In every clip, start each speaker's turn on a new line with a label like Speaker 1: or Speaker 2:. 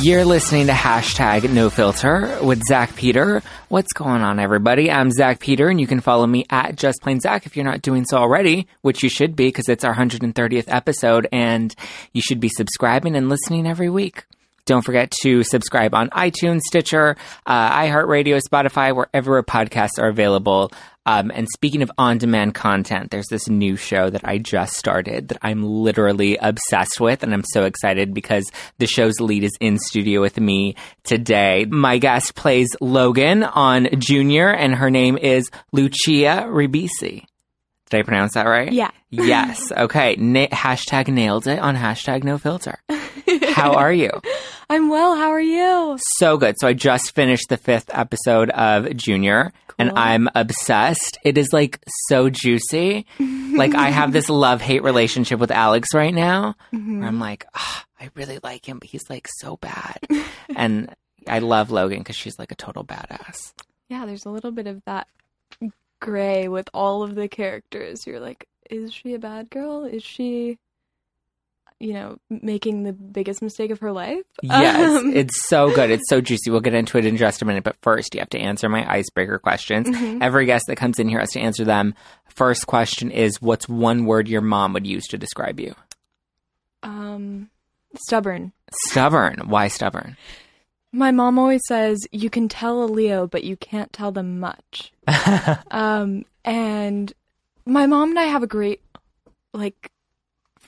Speaker 1: You're listening to hashtag no filter with Zach Peter. What's going on, everybody? I'm Zach Peter, and you can follow me at Just Plain Zach if you're not doing so already, which you should be because it's our 130th episode, and you should be subscribing and listening every week. Don't forget to subscribe on iTunes, Stitcher, uh, iHeartRadio, Spotify, wherever podcasts are available. Um, and speaking of on demand content, there's this new show that I just started that I'm literally obsessed with. And I'm so excited because the show's lead is in studio with me today. My guest plays Logan on Junior, and her name is Lucia Ribisi. Did I pronounce that right?
Speaker 2: Yeah.
Speaker 1: Yes. Okay. Na- hashtag nailed it on hashtag no filter. How are you?
Speaker 2: I'm well. How are you?
Speaker 1: So good. So I just finished the fifth episode of Junior and
Speaker 2: Cool.
Speaker 1: I'm obsessed. It is like so juicy. like I have this love hate relationship with Alex right now where
Speaker 2: Um, Mm-hmm.
Speaker 1: I'm like, "Ah, I really like him, but he's like so bad. and I love Logan because she's like a total badass.
Speaker 2: Yeah, there's a little bit of that gray with all of the characters. You're like, is she a bad girl? Is she, you know, making the biggest mistake of her life?
Speaker 1: Yes,
Speaker 2: Um,
Speaker 1: it's so good. It's so juicy. We'll get into it in just a minute, but first you have to answer my icebreaker questions.
Speaker 2: Mhm.
Speaker 1: Every guest that comes in here has to answer them. First question is what's one word your mom would use to describe you?
Speaker 2: um, stubborn.
Speaker 1: Stubborn. Why stubborn?
Speaker 2: My mom always says, you can tell a Leo, but you can't tell them much. um, and my mom and I have a great, like,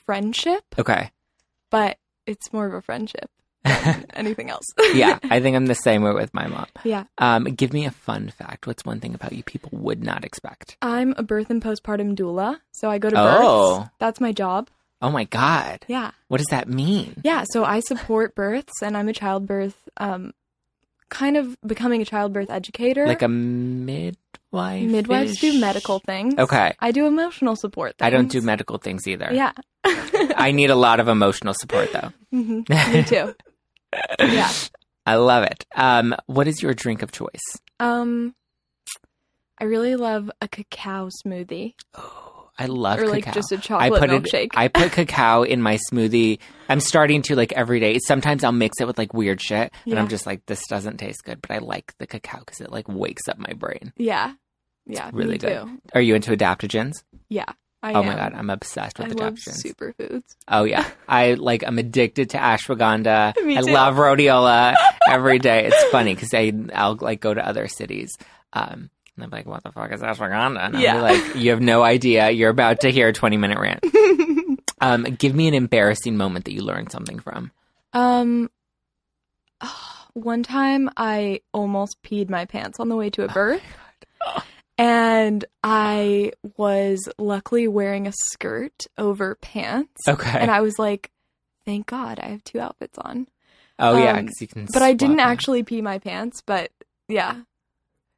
Speaker 2: friendship,
Speaker 1: Okay.
Speaker 2: but it's more of a friendship than anything else.
Speaker 1: Yeah, I think I'm the same way with my mom.
Speaker 2: Yeah.
Speaker 1: Um, give me a fun fact. What's one thing about you people would not expect?
Speaker 2: I'm a birth and postpartum doula, so I go to births.
Speaker 1: Oh.
Speaker 2: That's my job.
Speaker 1: Oh my God.
Speaker 2: Yeah.
Speaker 1: What does that mean?
Speaker 2: Yeah, so I support births and I'm a childbirth um kind of becoming a childbirth educator.
Speaker 1: Like a midwife?
Speaker 2: midwives do medical things.
Speaker 1: Okay.
Speaker 2: I do emotional support things.
Speaker 1: I don't do medical things either.
Speaker 2: Yeah.
Speaker 1: I need a lot of emotional support though.
Speaker 2: Mhm. Me too. Yeah.
Speaker 1: I love it. Um, what is your drink of choice?
Speaker 2: Um I really love a cacao smoothie
Speaker 1: Oh, I love
Speaker 2: or like
Speaker 1: cacao.
Speaker 2: just a
Speaker 1: I
Speaker 2: chocolate
Speaker 1: put
Speaker 2: milkshake.
Speaker 1: it. I put cacao in my smoothie. I'm starting to like every day. Sometimes I'll mix it with like weird shit, and I'm
Speaker 2: Yeah.
Speaker 1: just like, this doesn't taste good. But I like the cacao because it like wakes up my brain.
Speaker 2: yeah. Yeah.
Speaker 1: really
Speaker 2: me
Speaker 1: good.
Speaker 2: Too.
Speaker 1: Are you into adaptogens?
Speaker 2: Yeah. I
Speaker 1: oh
Speaker 2: am.
Speaker 1: my god, I'm obsessed
Speaker 2: I
Speaker 1: with
Speaker 2: love
Speaker 1: adaptogens.
Speaker 2: superfoods.
Speaker 1: Oh yeah, I like. I'm addicted to ashwagandha.
Speaker 2: Me
Speaker 1: I
Speaker 2: too.
Speaker 1: love rhodiola every day. It's funny because I I'll like go to other cities. Um, and I'm like, what the fuck is ashwagandha? And I'm
Speaker 2: Yeah.
Speaker 1: like, you have no idea. You're about to hear a 20 minute rant. um, give me an embarrassing moment that you learned something from.
Speaker 2: Um, one time I almost peed my pants on the way to
Speaker 1: Oh
Speaker 2: a birth. And I was luckily wearing a skirt over pants.
Speaker 1: Okay.
Speaker 2: And I was like, thank God I have two outfits on.
Speaker 1: oh yeah,
Speaker 2: um,
Speaker 1: because you can.
Speaker 2: But I didn't
Speaker 1: swap it.
Speaker 2: actually pee my pants, but yeah.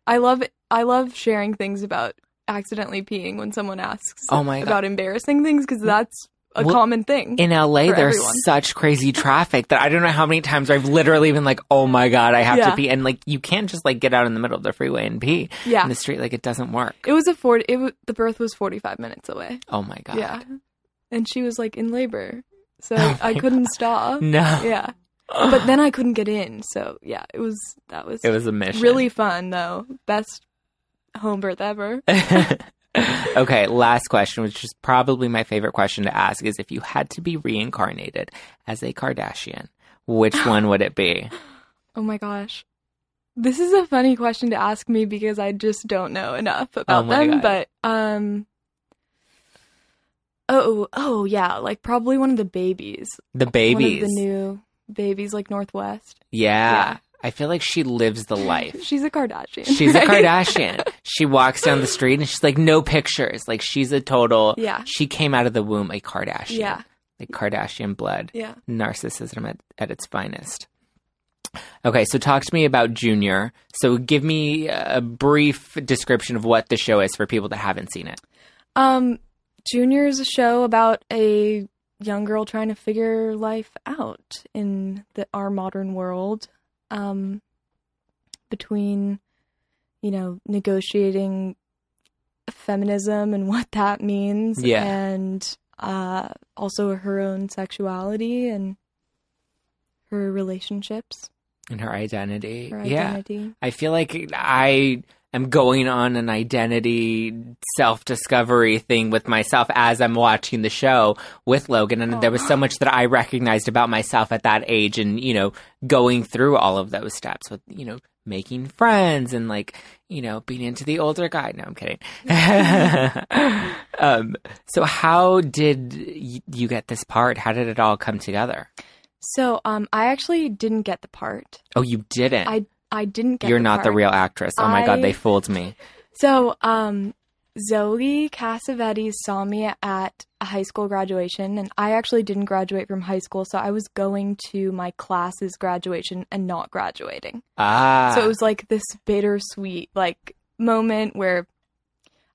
Speaker 2: I love I love sharing things about accidentally peeing when someone asks
Speaker 1: Oh my God.
Speaker 2: about embarrassing things because that's a
Speaker 1: Well,
Speaker 2: common thing.
Speaker 1: In LA,
Speaker 2: for
Speaker 1: there's
Speaker 2: everyone.
Speaker 1: such crazy traffic that I don't know how many times I've literally been like, "Oh my god, I have
Speaker 2: Yeah.
Speaker 1: to pee," and like you can't just like get out in the middle of the freeway and pee
Speaker 2: yeah.
Speaker 1: in the street. Like it doesn't work.
Speaker 2: It was a forty. It was, the birth was forty five minutes away.
Speaker 1: Oh my god.
Speaker 2: Yeah, and she was like in labor, so
Speaker 1: Oh
Speaker 2: I
Speaker 1: my
Speaker 2: couldn't stop.
Speaker 1: No.
Speaker 2: Yeah, but then I couldn't get in. So yeah, it was that was,
Speaker 1: it was a mission.
Speaker 2: really fun though. Best home birth ever.
Speaker 1: okay, last question, which is probably my favorite question to ask, is if you had to be reincarnated as a Kardashian, which one would it be?
Speaker 2: Oh my gosh. This is a funny question to ask me because I just don't know enough about
Speaker 1: Oh my
Speaker 2: them,
Speaker 1: God.
Speaker 2: but um Oh, oh yeah, like probably one of the babies.
Speaker 1: The
Speaker 2: One
Speaker 1: babies.
Speaker 2: of the new babies like Northwest.
Speaker 1: yeah.
Speaker 2: Yeah.
Speaker 1: I feel like she lives the life.
Speaker 2: She's a Kardashian.
Speaker 1: She's a
Speaker 2: right?
Speaker 1: Kardashian. she walks down the street and she's like, no pictures. Like, she's a total.
Speaker 2: Yeah.
Speaker 1: She came out of the womb a Kardashian.
Speaker 2: Yeah.
Speaker 1: Like, Kardashian blood.
Speaker 2: Yeah.
Speaker 1: Narcissism at, at its finest. Okay, so talk to me about Junior. So, give me a brief description of what the show is for people that haven't seen it.
Speaker 2: Um Junior's a show about a young girl trying to figure life out in the our modern world. Um between you know, negotiating feminism and what that means
Speaker 1: Yeah.
Speaker 2: and uh also her own sexuality and her relationships,
Speaker 1: And her identity.
Speaker 2: her
Speaker 1: Yeah.
Speaker 2: identity.
Speaker 1: I feel like I am going on an identity self discovery thing with myself as I'm watching the show with Logan. And there was so much that I recognized about myself at that age and, you know, going through all of those steps with, you know, making friends and like, you know, being into the older guy. No, I'm kidding. um, so, how did y- you get this part? How did it all come together?
Speaker 2: So, um I actually didn't get the part.
Speaker 1: Oh, you didn't.
Speaker 2: I I didn't get
Speaker 1: You're
Speaker 2: the
Speaker 1: not the
Speaker 2: part.
Speaker 1: real actress. Oh my God,
Speaker 2: I-
Speaker 1: they fooled me.
Speaker 2: So, um, Zoe Cassavetes saw me at a high school graduation, and I actually didn't graduate from high school, so I was going to my class's graduation and not graduating.
Speaker 1: Ah.
Speaker 2: So it was like this bittersweet like moment where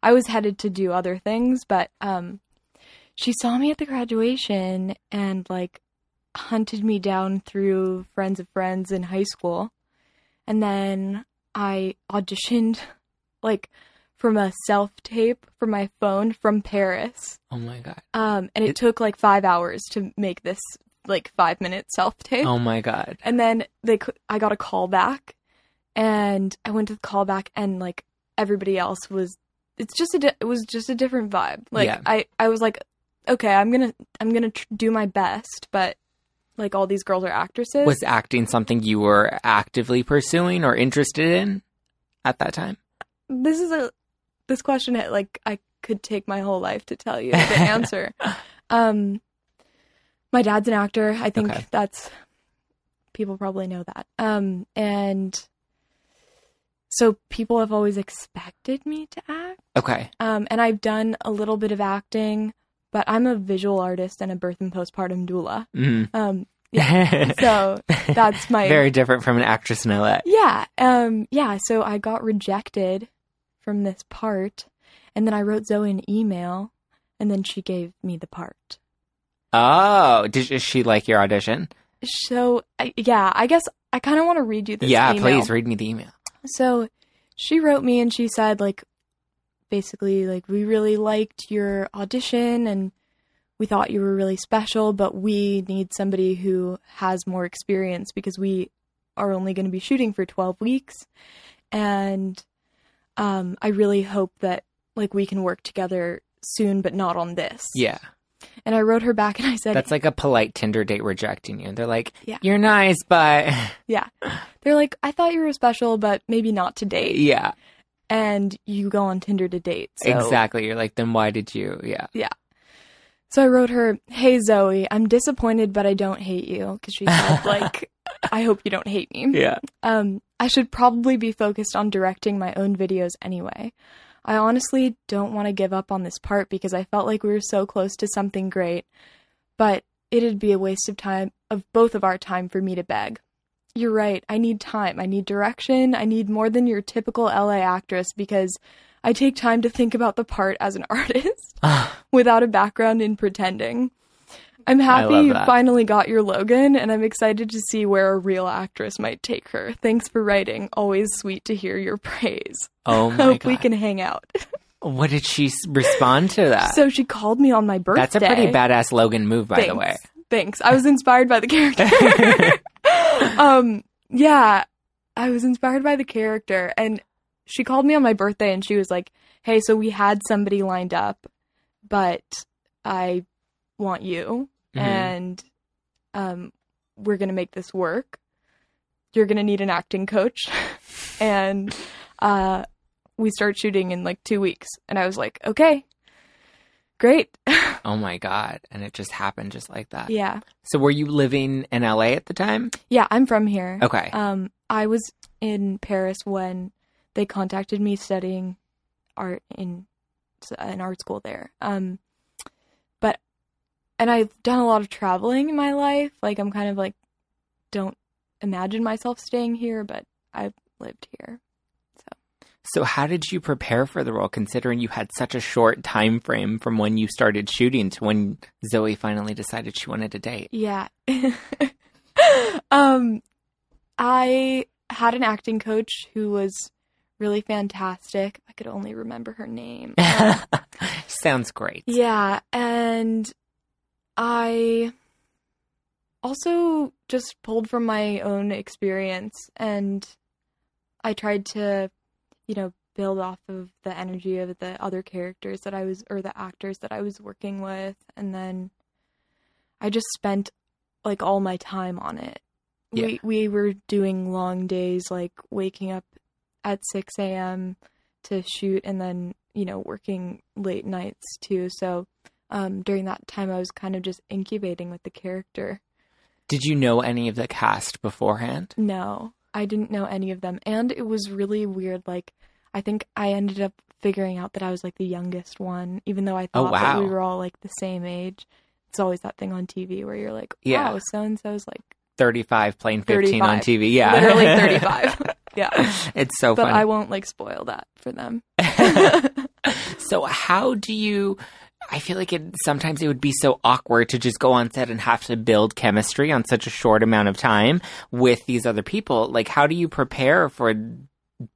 Speaker 2: I was headed to do other things, but um, she saw me at the graduation and like hunted me down through friends of friends in high school, and then I auditioned like from a self tape from my phone from Paris,
Speaker 1: Oh my god.
Speaker 2: um, and it,
Speaker 1: It-
Speaker 2: took like five hours to make this like five minute self tape.
Speaker 1: Oh my god.
Speaker 2: And then they, c- I got a call back, and I went to the call back, and like everybody else was, it's just a, di- it was just a different vibe. Like
Speaker 1: Yeah.
Speaker 2: I, I was like, okay, I'm gonna, I'm gonna tr- do my best, but like all these girls are actresses.
Speaker 1: Was acting something you were actively pursuing or interested in at that time?
Speaker 2: this is a, this question that like I could take my whole life to tell you the answer. um, my dad's an actor. I think
Speaker 1: Okay.
Speaker 2: that's people probably know that. Um, and so people have always expected me to act.
Speaker 1: Okay.
Speaker 2: Um, and I've done a little bit of acting, but I'm a visual artist and a birth and postpartum doula.
Speaker 1: Mm.
Speaker 2: Um, so that's my
Speaker 1: very different from an actress in LA.
Speaker 2: yeah, um, yeah. So I got rejected from this part, and then I wrote Zoe an email, and then she gave me the part.
Speaker 1: Oh, did is she like your audition?
Speaker 2: So I, yeah, I guess I kind of want to read you this.
Speaker 1: yeah,
Speaker 2: email.
Speaker 1: please read me the email.
Speaker 2: So she wrote me and she said like basically like we really liked your audition and we thought you were really special, but we need somebody who has more experience because we are only going to be shooting for 12 weeks and um I really hope that like we can work together soon but not on this.
Speaker 1: Yeah.
Speaker 2: And I wrote her back and I said
Speaker 1: That's like a polite Tinder date rejecting you. They're like,
Speaker 2: Yeah.
Speaker 1: You're nice, but
Speaker 2: they're like I thought you were special but maybe not to date
Speaker 1: Yeah.
Speaker 2: and you go on Tinder to date. So
Speaker 1: Exactly. You're like, then why did you yeah.
Speaker 2: So I wrote her, "Hey Zoe, I'm disappointed, but I don't hate you," because she said, "Like, I hope you don't hate me."
Speaker 1: Yeah.
Speaker 2: Um, I should probably be focused on directing my own videos anyway. I honestly don't want to give up on this part because I felt like we were so close to something great, but it'd be a waste of time of both of our time for me to beg. You're right. I need time. I need direction. I need more than your typical LA actress because I take time to think about the part as an artist
Speaker 1: Oh
Speaker 2: without a background in pretending. I'm happy
Speaker 1: love
Speaker 2: you
Speaker 1: that.
Speaker 2: finally got your Logan, and I'm excited to see where a real actress might take her. Thanks for writing. Always sweet to hear your praise.
Speaker 1: oh my
Speaker 2: Hope
Speaker 1: god.
Speaker 2: we can hang out.
Speaker 1: What did she s- respond to that?
Speaker 2: so she called me on my birthday.
Speaker 1: That's a pretty badass Logan move, by the
Speaker 2: Thanks.
Speaker 1: way.
Speaker 2: Thanks. I was inspired by the character.
Speaker 1: Mm-hmm.
Speaker 2: um, yeah, I was inspired by the character, and she called me on my birthday, and she was like, "Hey, so we had somebody lined up, but I want you,
Speaker 1: Mhm.
Speaker 2: and um, we're gonna make this work. You're gonna need an acting coach, and uh, we start shooting in like two weeks." And I was like, "Okay, great,
Speaker 1: Oh my god! And it just happened just like that.
Speaker 2: yeah,
Speaker 1: So were you living in LA at the time?
Speaker 2: yeah, I'm from here."
Speaker 1: Okay.
Speaker 2: Um, I was in Paris when they contacted me studying art in an art school there. Um, but and I've done a lot of traveling in my life. Like I'm kind of like don't imagine myself staying here, but I've lived here.
Speaker 1: so how did you prepare for the role, considering you had such a short time frame from when you started shooting to when Zoe finally decided she wanted to date?
Speaker 2: Yeah. um I had an acting coach who was really fantastic. I could only remember her name. Um,
Speaker 1: Sounds great.
Speaker 2: Yeah, and I also just pulled from my own experience and I tried to, you know, build off of the energy of the other characters that I was or the actors that I was working with and then I just spent like all my time on it.
Speaker 1: Yeah.
Speaker 2: We we were doing long days like waking up at 6 a.m. to shoot and then, you know, working late nights too. So um, during that time, I was kind of just incubating with the character.
Speaker 1: Did you know any of the cast beforehand?
Speaker 2: No, I didn't know any of them. And it was really weird. Like, I think I ended up figuring out that I was like the youngest one, even though I
Speaker 1: Oh,
Speaker 2: thought that we
Speaker 1: wow.
Speaker 2: were all like the same age. It's always that thing on TV where you're like,
Speaker 1: Yeah.
Speaker 2: wow, so and so's like
Speaker 1: 35 playing 15 on
Speaker 2: 35.
Speaker 1: TV. Yeah.
Speaker 2: literally 35. yeah.
Speaker 1: it's so
Speaker 2: But
Speaker 1: funny.
Speaker 2: I won't like spoil that for them.
Speaker 1: so how do you I feel like it sometimes it would be so awkward to just go on set and have to build chemistry on such a short amount of time with these other people. Like how do you prepare for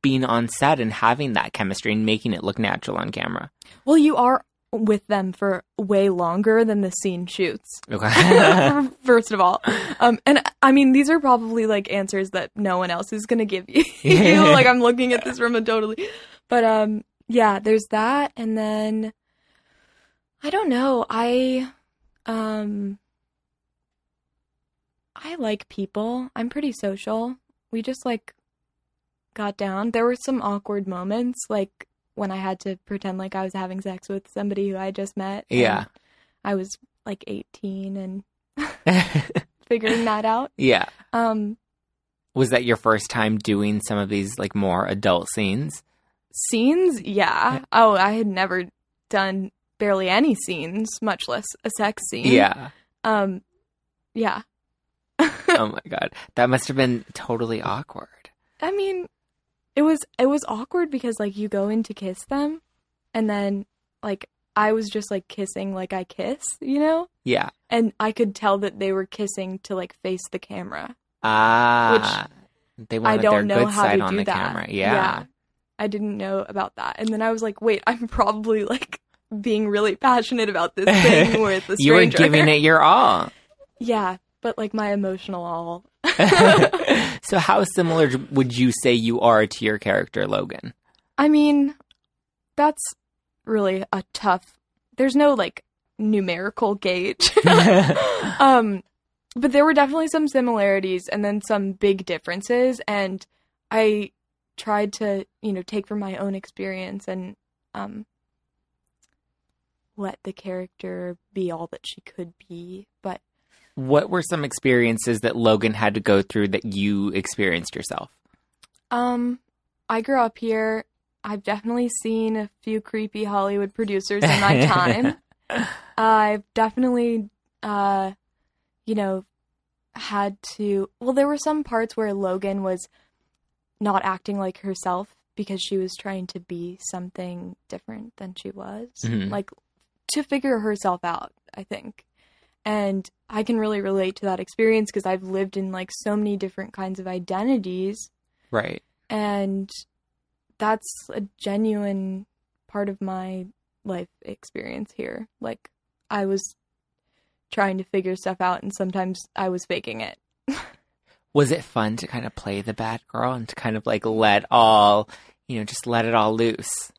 Speaker 1: being on set and having that chemistry and making it look natural on camera?
Speaker 2: well, you are with them for way longer than the scene shoots.
Speaker 1: Okay.
Speaker 2: first of all um and i mean these are probably like answers that no one else is gonna give you like i'm looking at this room and totally but um yeah there's that and then i don't know i um i like people i'm pretty social we just like got down there were some awkward moments like when i had to pretend like i was having sex with somebody who i just met and
Speaker 1: Yeah.
Speaker 2: i was like 18 and figuring that out.
Speaker 1: yeah.
Speaker 2: Um,
Speaker 1: Was that your first time doing some of these like more adult scenes?
Speaker 2: scenes, yeah. Oh, I had never done barely any scenes, much less a sex scene.
Speaker 1: Yeah.
Speaker 2: Um, yeah.
Speaker 1: oh my god. That must have been totally awkward.
Speaker 2: I mean, it was it was awkward because like you go in to kiss them, and then like I was just like kissing like I kiss, you know,
Speaker 1: Yeah.
Speaker 2: and I could tell that they were kissing to like face the camera.
Speaker 1: Ah. they
Speaker 2: I
Speaker 1: wanted
Speaker 2: don't
Speaker 1: their
Speaker 2: know
Speaker 1: good
Speaker 2: how
Speaker 1: side
Speaker 2: to
Speaker 1: on
Speaker 2: do
Speaker 1: the
Speaker 2: that.
Speaker 1: camera. Yeah.
Speaker 2: I didn't know about that. And then I was like, wait, I'm probably like being really passionate about this thing with the stranger.
Speaker 1: You were giving it your all.
Speaker 2: Yeah, but like my emotional all.
Speaker 1: so how similar would you say you are to your character Logan?
Speaker 2: I mean, that's really a tough. There's no like numerical gauge. um but there were definitely some similarities and then some big differences and i tried to you know take from my own experience and um let the character be all that she could be but
Speaker 1: what were some experiences that Logan had to go through that you experienced yourself?
Speaker 2: um i grew up here i've definitely seen a few creepy hollywood producers in my time I've definitely, uh, you know, had to. Well, there were some parts where Logan was not acting like herself because she was trying to be something different than she was,
Speaker 1: Mhm.
Speaker 2: like to figure herself out, I think. And I can really relate to that experience because I've lived in like so many different kinds of identities,
Speaker 1: right.
Speaker 2: and that's a genuine part of my life experience here. Like I was trying to figure stuff out, and sometimes I was faking it.
Speaker 1: Was it fun to kind of play the bad girl and to kind of like let all, you know, just let it all loose?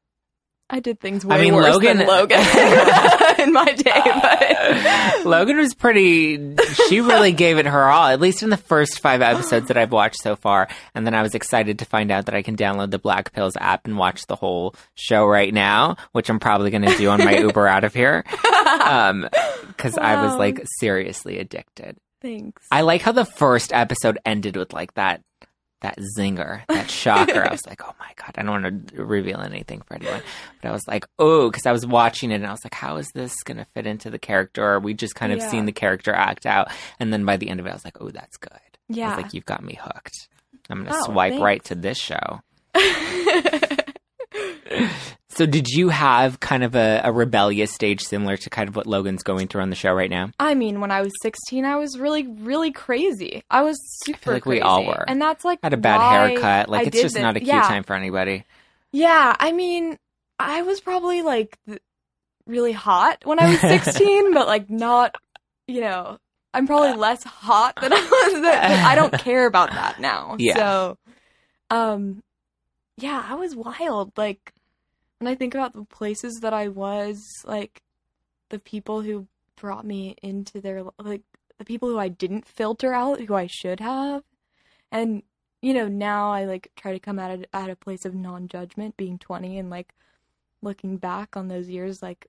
Speaker 2: I did things way
Speaker 1: mean,
Speaker 2: worse
Speaker 1: Logan-
Speaker 2: than Logan in my day, but
Speaker 1: Logan was pretty. She really gave it her all, at least in the first five episodes that I've watched so far. And then I was excited to find out that I can download the Black Pills app and watch the whole show right now, which I'm probably going to do on my Uber out of here. Um, because I was
Speaker 2: Wow.
Speaker 1: like seriously addicted.
Speaker 2: thanks.
Speaker 1: I like how the first episode ended with like that that zinger, that shocker. I was like, oh my god, I don't want to reveal anything for anyone, but I was like, oh, because I was watching it and I was like, how is this gonna fit into the character? Or we just kind of
Speaker 2: Yeah.
Speaker 1: seen the character act out, and then by the end of it, I was like, oh, that's good. I
Speaker 2: yeah.
Speaker 1: was like, you've got me hooked. I'm gonna
Speaker 2: Oh,
Speaker 1: swipe
Speaker 2: thanks.
Speaker 1: right to this show. So, did you have kind of a, a rebellious stage similar to kind of what Logan's going through on the show right now?
Speaker 2: I mean, when I was 16, I was really, really crazy. I was super
Speaker 1: like we
Speaker 2: crazy.
Speaker 1: all were.
Speaker 2: And that's like
Speaker 1: Had a bad
Speaker 2: why
Speaker 1: haircut. Like
Speaker 2: I
Speaker 1: it's
Speaker 2: did
Speaker 1: just
Speaker 2: thi-
Speaker 1: not a cute
Speaker 2: yeah.
Speaker 1: time for anybody.
Speaker 2: Yeah, I mean, I was probably like th- really hot when I was 16, but like not, you know, I'm probably less hot than I was then. I don't care about that now.
Speaker 1: Yeah.
Speaker 2: So, um, yeah, I was wild. Like when I think about the places that I was, like the people who brought me into their like the people who I didn't filter out, who I should have, and you know now I like try to come at it at a place of non-judgment, being 20 and like looking back on those years, like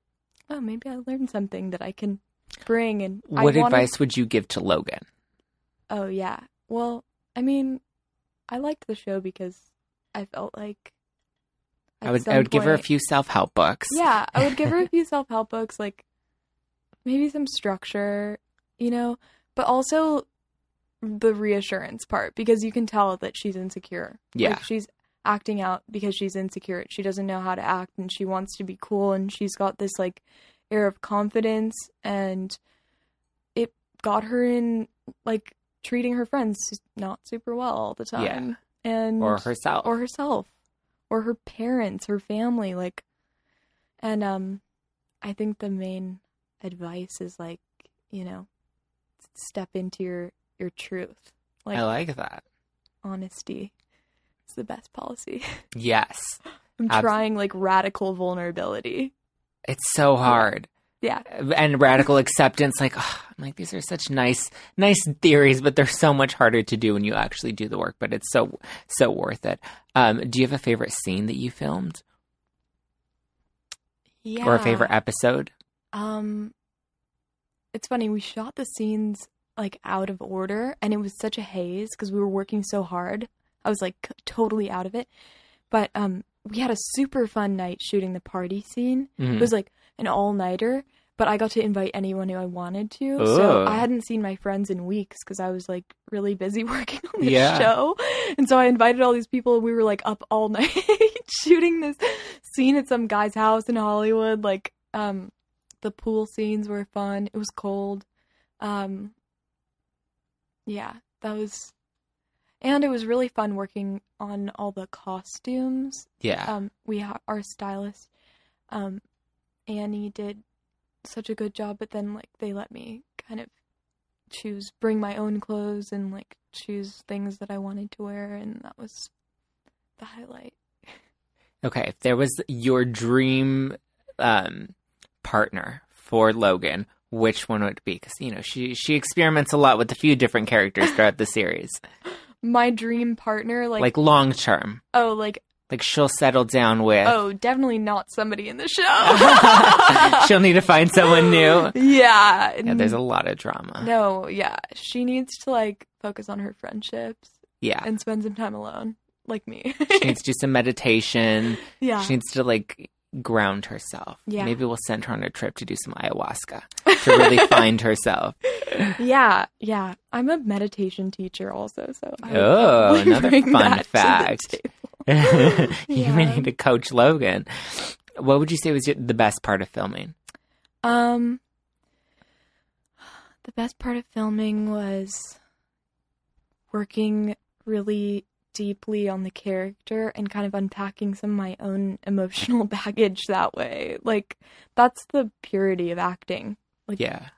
Speaker 2: oh maybe I learned something that I can bring and I
Speaker 1: What
Speaker 2: wanna-
Speaker 1: advice would you give to Logan?
Speaker 2: Oh yeah. Well, I mean, I liked the show because I felt like
Speaker 1: I
Speaker 2: at
Speaker 1: would I
Speaker 2: some
Speaker 1: would give her a
Speaker 2: point-
Speaker 1: few self help books.
Speaker 2: Yeah, I would give her a few self help books, like maybe some structure, you know, but also the reassurance part because you can tell that she's insecure.
Speaker 1: Yeah.
Speaker 2: Like, she's acting out because she's insecure. She doesn't know how to act and she wants to be cool and she's got this like air of confidence and it got her in like treating her friends not super well all the
Speaker 1: Yeah.
Speaker 2: time. And
Speaker 1: or herself.
Speaker 2: or herself or her parents her family like and um i think the main advice is like you know step into your your truth like,
Speaker 1: I like that.
Speaker 2: honesty is the best policy
Speaker 1: Yes,
Speaker 2: i'm
Speaker 1: Abs-
Speaker 2: trying like radical vulnerability
Speaker 1: it's so hard.
Speaker 2: yeah
Speaker 1: And radical acceptance, like ugh, I'm like these are such nice, nice theories, but they're so much harder to do when you actually do the work. But it's so, so worth it. Um, do you have a favorite scene that you filmed
Speaker 2: yeah
Speaker 1: or a favorite episode?
Speaker 2: Um, it's funny. We shot the scenes like out of order, and it was such a haze because we were working so hard. I was like c- totally out of it. But um, we had a super fun night shooting the party scene. It
Speaker 1: Mhm.
Speaker 2: was like an all nighter, but I got to invite anyone who I wanted to. So
Speaker 1: Ooh.
Speaker 2: I hadn't seen my friends in weeks because I was like really busy working on this
Speaker 1: Yeah.
Speaker 2: show. And so I invited all these people. and We were like up all night shooting this scene at some guy's house in Hollywood. Like, um, the pool scenes were fun. It was cold. Um, yeah, that was. And it was really fun working on all the costumes
Speaker 1: Yeah,
Speaker 2: um, we ha- our stylist, um, Annie did such a good job, but then like they let me kind of choose, bring my own clothes and like choose things that I wanted to wear, and that was the highlight.
Speaker 1: okay. If there was your dream um, partner for Logan, which one would it be? Because you know she she experiments a lot with a few different characters throughout the series,
Speaker 2: My dream partner, like,
Speaker 1: like long term.
Speaker 2: oh, like
Speaker 1: Like she'll settle down with.
Speaker 2: oh, definitely not somebody in the show.
Speaker 1: she'll need to find someone new.
Speaker 2: yeah,
Speaker 1: Yeah, there's a lot of drama.
Speaker 2: no, yeah, she needs to like focus on her friendships
Speaker 1: Yeah.
Speaker 2: and spend some time alone, like me.
Speaker 1: She needs to do some meditation.
Speaker 2: yeah,
Speaker 1: She needs to like ground herself.
Speaker 2: Yeah.
Speaker 1: Maybe we'll send her on a trip to do some ayahuasca to really find herself.
Speaker 2: Yeah, yeah. I'm a meditation teacher also, so I would
Speaker 1: Oh,
Speaker 2: probably
Speaker 1: another fun
Speaker 2: bring that to the
Speaker 1: fact.
Speaker 2: table.
Speaker 1: you may
Speaker 2: Yeah.
Speaker 1: need to coach Logan. What would you say was your- the best part of filming?
Speaker 2: Um, the best part of filming was working really deeply on the character and kind of unpacking some of my own emotional baggage that way. Like that's the purity of acting.
Speaker 1: Yeah.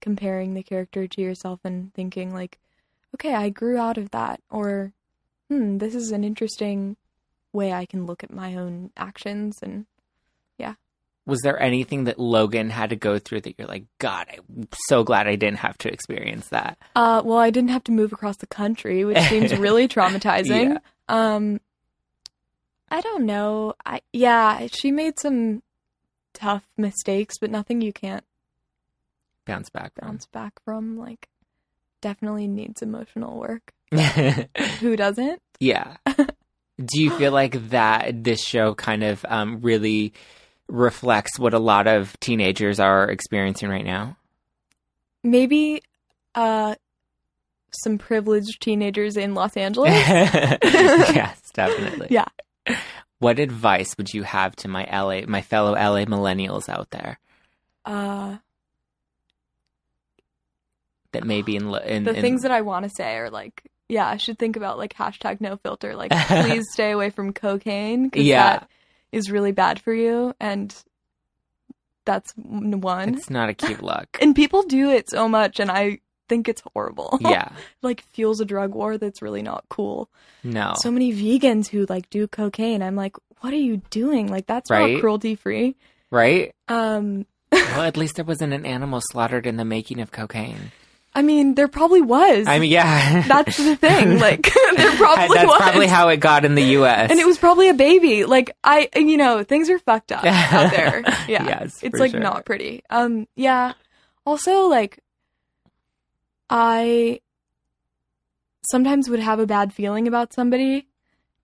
Speaker 2: comparing the character to yourself and thinking like, okay, I grew out of that, or hmm, this is an interesting way I can look at my own actions and
Speaker 1: Was there anything that Logan had to go through that you're like, God, I'm so glad I didn't have to experience that?
Speaker 2: Uh, well, I didn't have to move across the country, which seems really traumatizing.
Speaker 1: Yeah.
Speaker 2: Um, I don't know. I yeah, she made some tough mistakes, but nothing you can't
Speaker 1: Bounce back from.
Speaker 2: bounce back from. Like, definitely needs emotional work. Who doesn't?
Speaker 1: yeah. Do you feel like that this show kind of um, really reflects what a lot of teenagers are experiencing right now?
Speaker 2: Maybe, uh, some privileged teenagers in Los Angeles.
Speaker 1: yes, definitely.
Speaker 2: Yeah.
Speaker 1: What advice would you have to my LA, my fellow LA millennials out there
Speaker 2: Uh,
Speaker 1: that may be in, lo- in
Speaker 2: the
Speaker 1: in-
Speaker 2: things that I want to say are like, yeah, I should think about like hashtag no filter. Like, please stay away from cocaine. 'cause
Speaker 1: Yeah.
Speaker 2: that is really bad for you. And that's n- one.
Speaker 1: It's not a cute look.
Speaker 2: and people do it so much, and I think it's horrible.
Speaker 1: yeah.
Speaker 2: like fuels a drug war that's really not cool.
Speaker 1: No.
Speaker 2: So many vegans who like do cocaine. I'm like, what are you doing? Like, that's
Speaker 1: Right?
Speaker 2: not cruelty free.
Speaker 1: right?
Speaker 2: Um,
Speaker 1: well, at least there wasn't an animal slaughtered in the making of cocaine.
Speaker 2: I mean, there probably was.
Speaker 1: I mean, yeah.
Speaker 2: that's the thing. Like, there probably
Speaker 1: That's
Speaker 2: was.
Speaker 1: probably how it got in the US.
Speaker 2: and it was probably a baby. Like I, you know, things are fucked up out there. Yeah,
Speaker 1: Yes,
Speaker 2: it's
Speaker 1: for
Speaker 2: like
Speaker 1: sure.
Speaker 2: not pretty. Um, yeah. Also, like, I sometimes would have a bad feeling about somebody,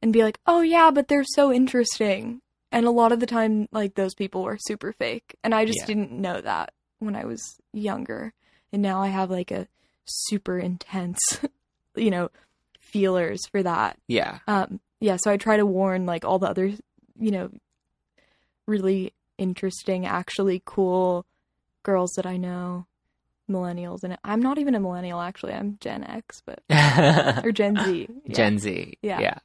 Speaker 2: and be like, "Oh yeah, but they're so interesting." And a lot of the time, like those people were super fake, and I just
Speaker 1: Yeah.
Speaker 2: didn't know that when I was younger. And now I have like a super intense, you know, feelers for that
Speaker 1: Yeah.
Speaker 2: um yeah so i try to warn like all the other you know really interesting actually cool girls that i know millennials and i'm not even a millennial actually i'm gen x but or gen z yeah.
Speaker 1: Gen Z.
Speaker 2: Yeah.
Speaker 1: Yeah.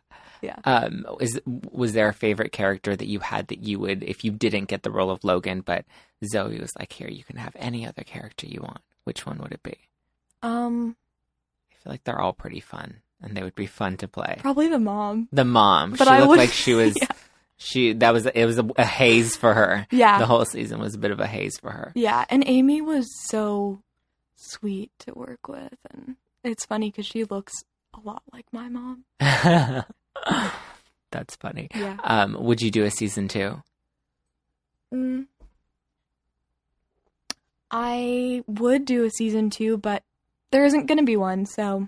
Speaker 2: Yeah.
Speaker 1: Um, is was there a favorite character that you had that you would, if you didn't get the role of Logan, but Zoe was like, "Here, you can have any other character you want." Which one would it be?
Speaker 2: um
Speaker 1: I feel like they're all pretty fun, and they would be fun to play.
Speaker 2: probably the mom
Speaker 1: the mom,
Speaker 2: But
Speaker 1: she
Speaker 2: I
Speaker 1: looked
Speaker 2: would-
Speaker 1: like she was.
Speaker 2: Yeah.
Speaker 1: She that was it was a, a haze for her.
Speaker 2: yeah
Speaker 1: The whole season was a bit of a haze for her.
Speaker 2: yeah and amy was so sweet to work with and it's funny because she looks a lot like my mom
Speaker 1: That's funny.
Speaker 2: yeah
Speaker 1: Um, would you do a season two?
Speaker 2: Mm. I would do a season two, but there isn't going to be one. So,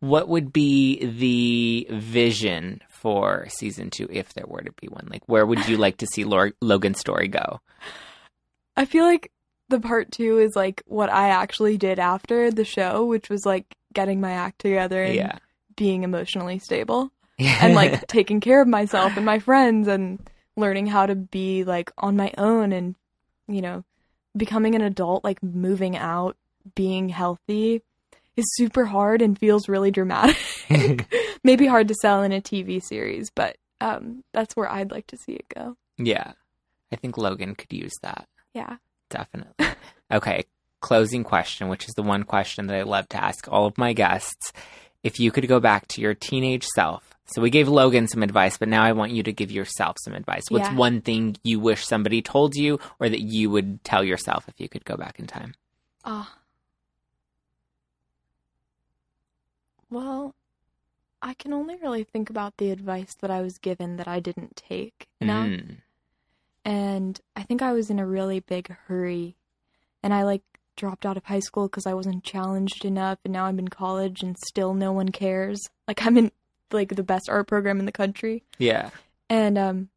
Speaker 1: What would be the vision for season two if there were to be one? Like, where would you like to see Lor- Logan's story go?
Speaker 2: I feel like the part two is like what I actually did after the show, which was like getting my act together and
Speaker 1: Yeah,
Speaker 2: being emotionally stable and like taking care of myself and my friends and learning how to be like on my own and, you know, becoming an adult, like moving out, being healthy is super hard and feels really dramatic. maybe hard to sell in a TV series, but um, that's where I'd like to see it go.
Speaker 1: yeah. I think Logan could use that.
Speaker 2: Yeah.
Speaker 1: Definitely. Okay, closing question, which is the one question that I love to ask all of my guests. If you could go back to your teenage self, so we gave Logan some advice, but now I want you to give yourself some advice. What's
Speaker 2: Yeah.
Speaker 1: one thing you wish somebody told you or that you would tell yourself if you could go back in time?
Speaker 2: Ah. Well, I can only really think about the advice that I was given that I didn't take enough.
Speaker 1: Mm.
Speaker 2: And I think I was in a really big hurry. And I like dropped out of high school because I wasn't challenged enough. And now I'm in college and still no one cares. Like, I'm in like the best art program in the country.
Speaker 1: Yeah.
Speaker 2: And um,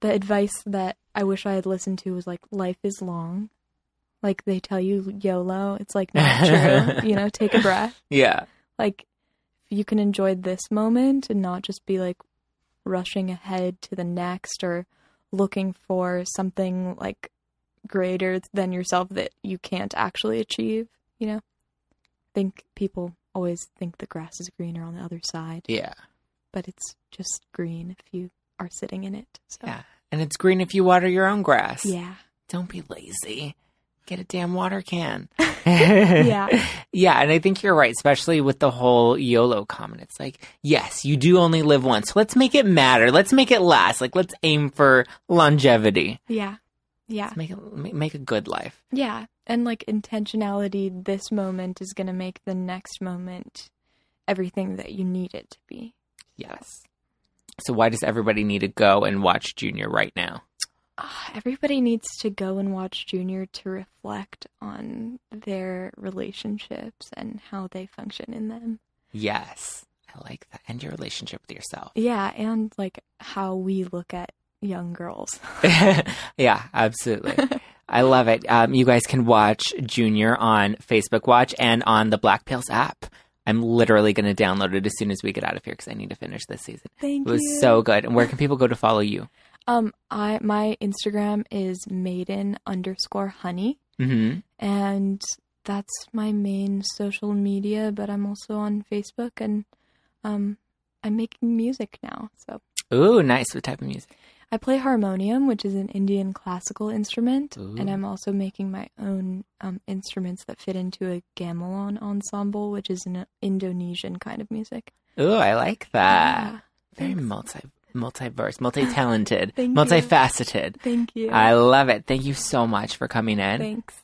Speaker 2: the advice that I wish I had listened to was like, life is long. Like they tell you YOLO, it's like not true. you know, take a breath.
Speaker 1: Yeah.
Speaker 2: Like you can enjoy this moment and not just be like rushing ahead to the next or looking for something like greater than yourself that you can't actually achieve. You know, think people always think the grass is greener on the other side
Speaker 1: Yeah.
Speaker 2: but it's just green if you are sitting in it. So
Speaker 1: Yeah. And it's green if you water your own grass.
Speaker 2: yeah.
Speaker 1: Don't be lazy. get a damn water can.
Speaker 2: Yeah.
Speaker 1: Yeah, and I think you're right, especially with the whole YOLO comment. It's like, yes, you do only live once. Let's make it matter. Let's make it last. Like, let's aim for longevity.
Speaker 2: Yeah. Yeah.
Speaker 1: Let's make it, ma- make a good life.
Speaker 2: Yeah. And like intentionality, this moment is going to make the next moment everything that you need it to be.
Speaker 1: Yes. So why does everybody need to go and watch Junior right now?
Speaker 2: Ah, everybody needs to go and watch Junior to reflect on their relationships and how they function in them.
Speaker 1: Yes. I like that. And your relationship with yourself.
Speaker 2: Yeah. And like how we look at young girls.
Speaker 1: yeah, absolutely. I love it. Um, you guys can watch Junior on Facebook Watch and on the Black Pills app. I'm literally going to download it as soon as we get out of here because I need to finish this season.
Speaker 2: Thank
Speaker 1: It was
Speaker 2: you.
Speaker 1: so good. And where can people go to follow you?
Speaker 2: Um, I my Instagram is maiden underscore honey,
Speaker 1: hmm
Speaker 2: and that's my main social media. But I'm also on Facebook, and um, I'm making music now. So
Speaker 1: Ooh, nice. What type of music?
Speaker 2: I play harmonium, which is an Indian classical instrument, and
Speaker 1: Ooh.
Speaker 2: I'm also making my own um, instruments that fit into a gamelan ensemble, which is an Indonesian kind of music. Ah,
Speaker 1: Ooh, I like that.
Speaker 2: Yeah.
Speaker 1: Very
Speaker 2: thanks.
Speaker 1: multi, multiverse, multi-talented,
Speaker 2: Thank you.
Speaker 1: multifaceted.
Speaker 2: Thank you.
Speaker 1: I love it. Thank you so much for coming in.
Speaker 2: Thanks.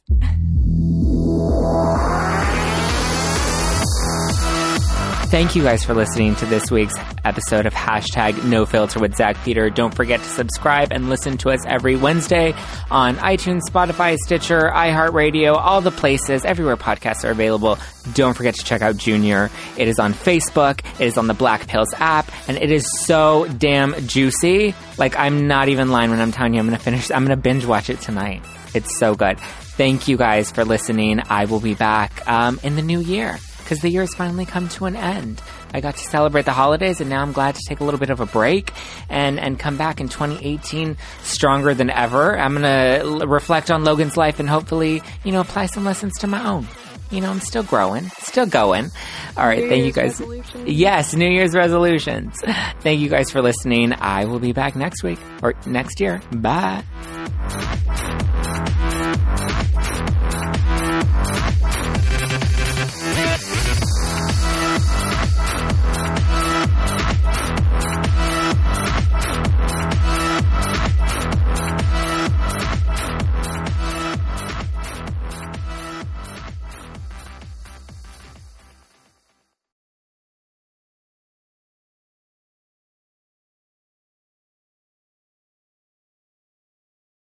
Speaker 1: Thank you guys for listening to this week's episode of hashtag no filter with Zach Peter. Don't forget to subscribe and listen to us every Wednesday on iTunes, Spotify, Stitcher, iHeartRadio, all the places, everywhere podcasts are available. Don't forget to check out Junior. It is on Facebook, it is on the Black Pills app, and it is so damn juicy. Like I'm not even lying when I'm telling you I'm gonna finish I'm gonna binge watch it tonight. It's so good. Thank you guys for listening. I will be back um, in the new year because the year has finally come to an end. I got to celebrate the holidays, and now I'm glad to take a little bit of a break and and come back in 2018 stronger than ever. I'm gonna l- reflect on Logan's life and hopefully, you know, apply some lessons to my own. You know, I'm still growing, still going. All right, thank you
Speaker 2: Year's
Speaker 1: guys.
Speaker 2: resolutions.
Speaker 1: Yes, New Year's resolutions. Thank you guys for listening. I will be back next week or next year. Bye.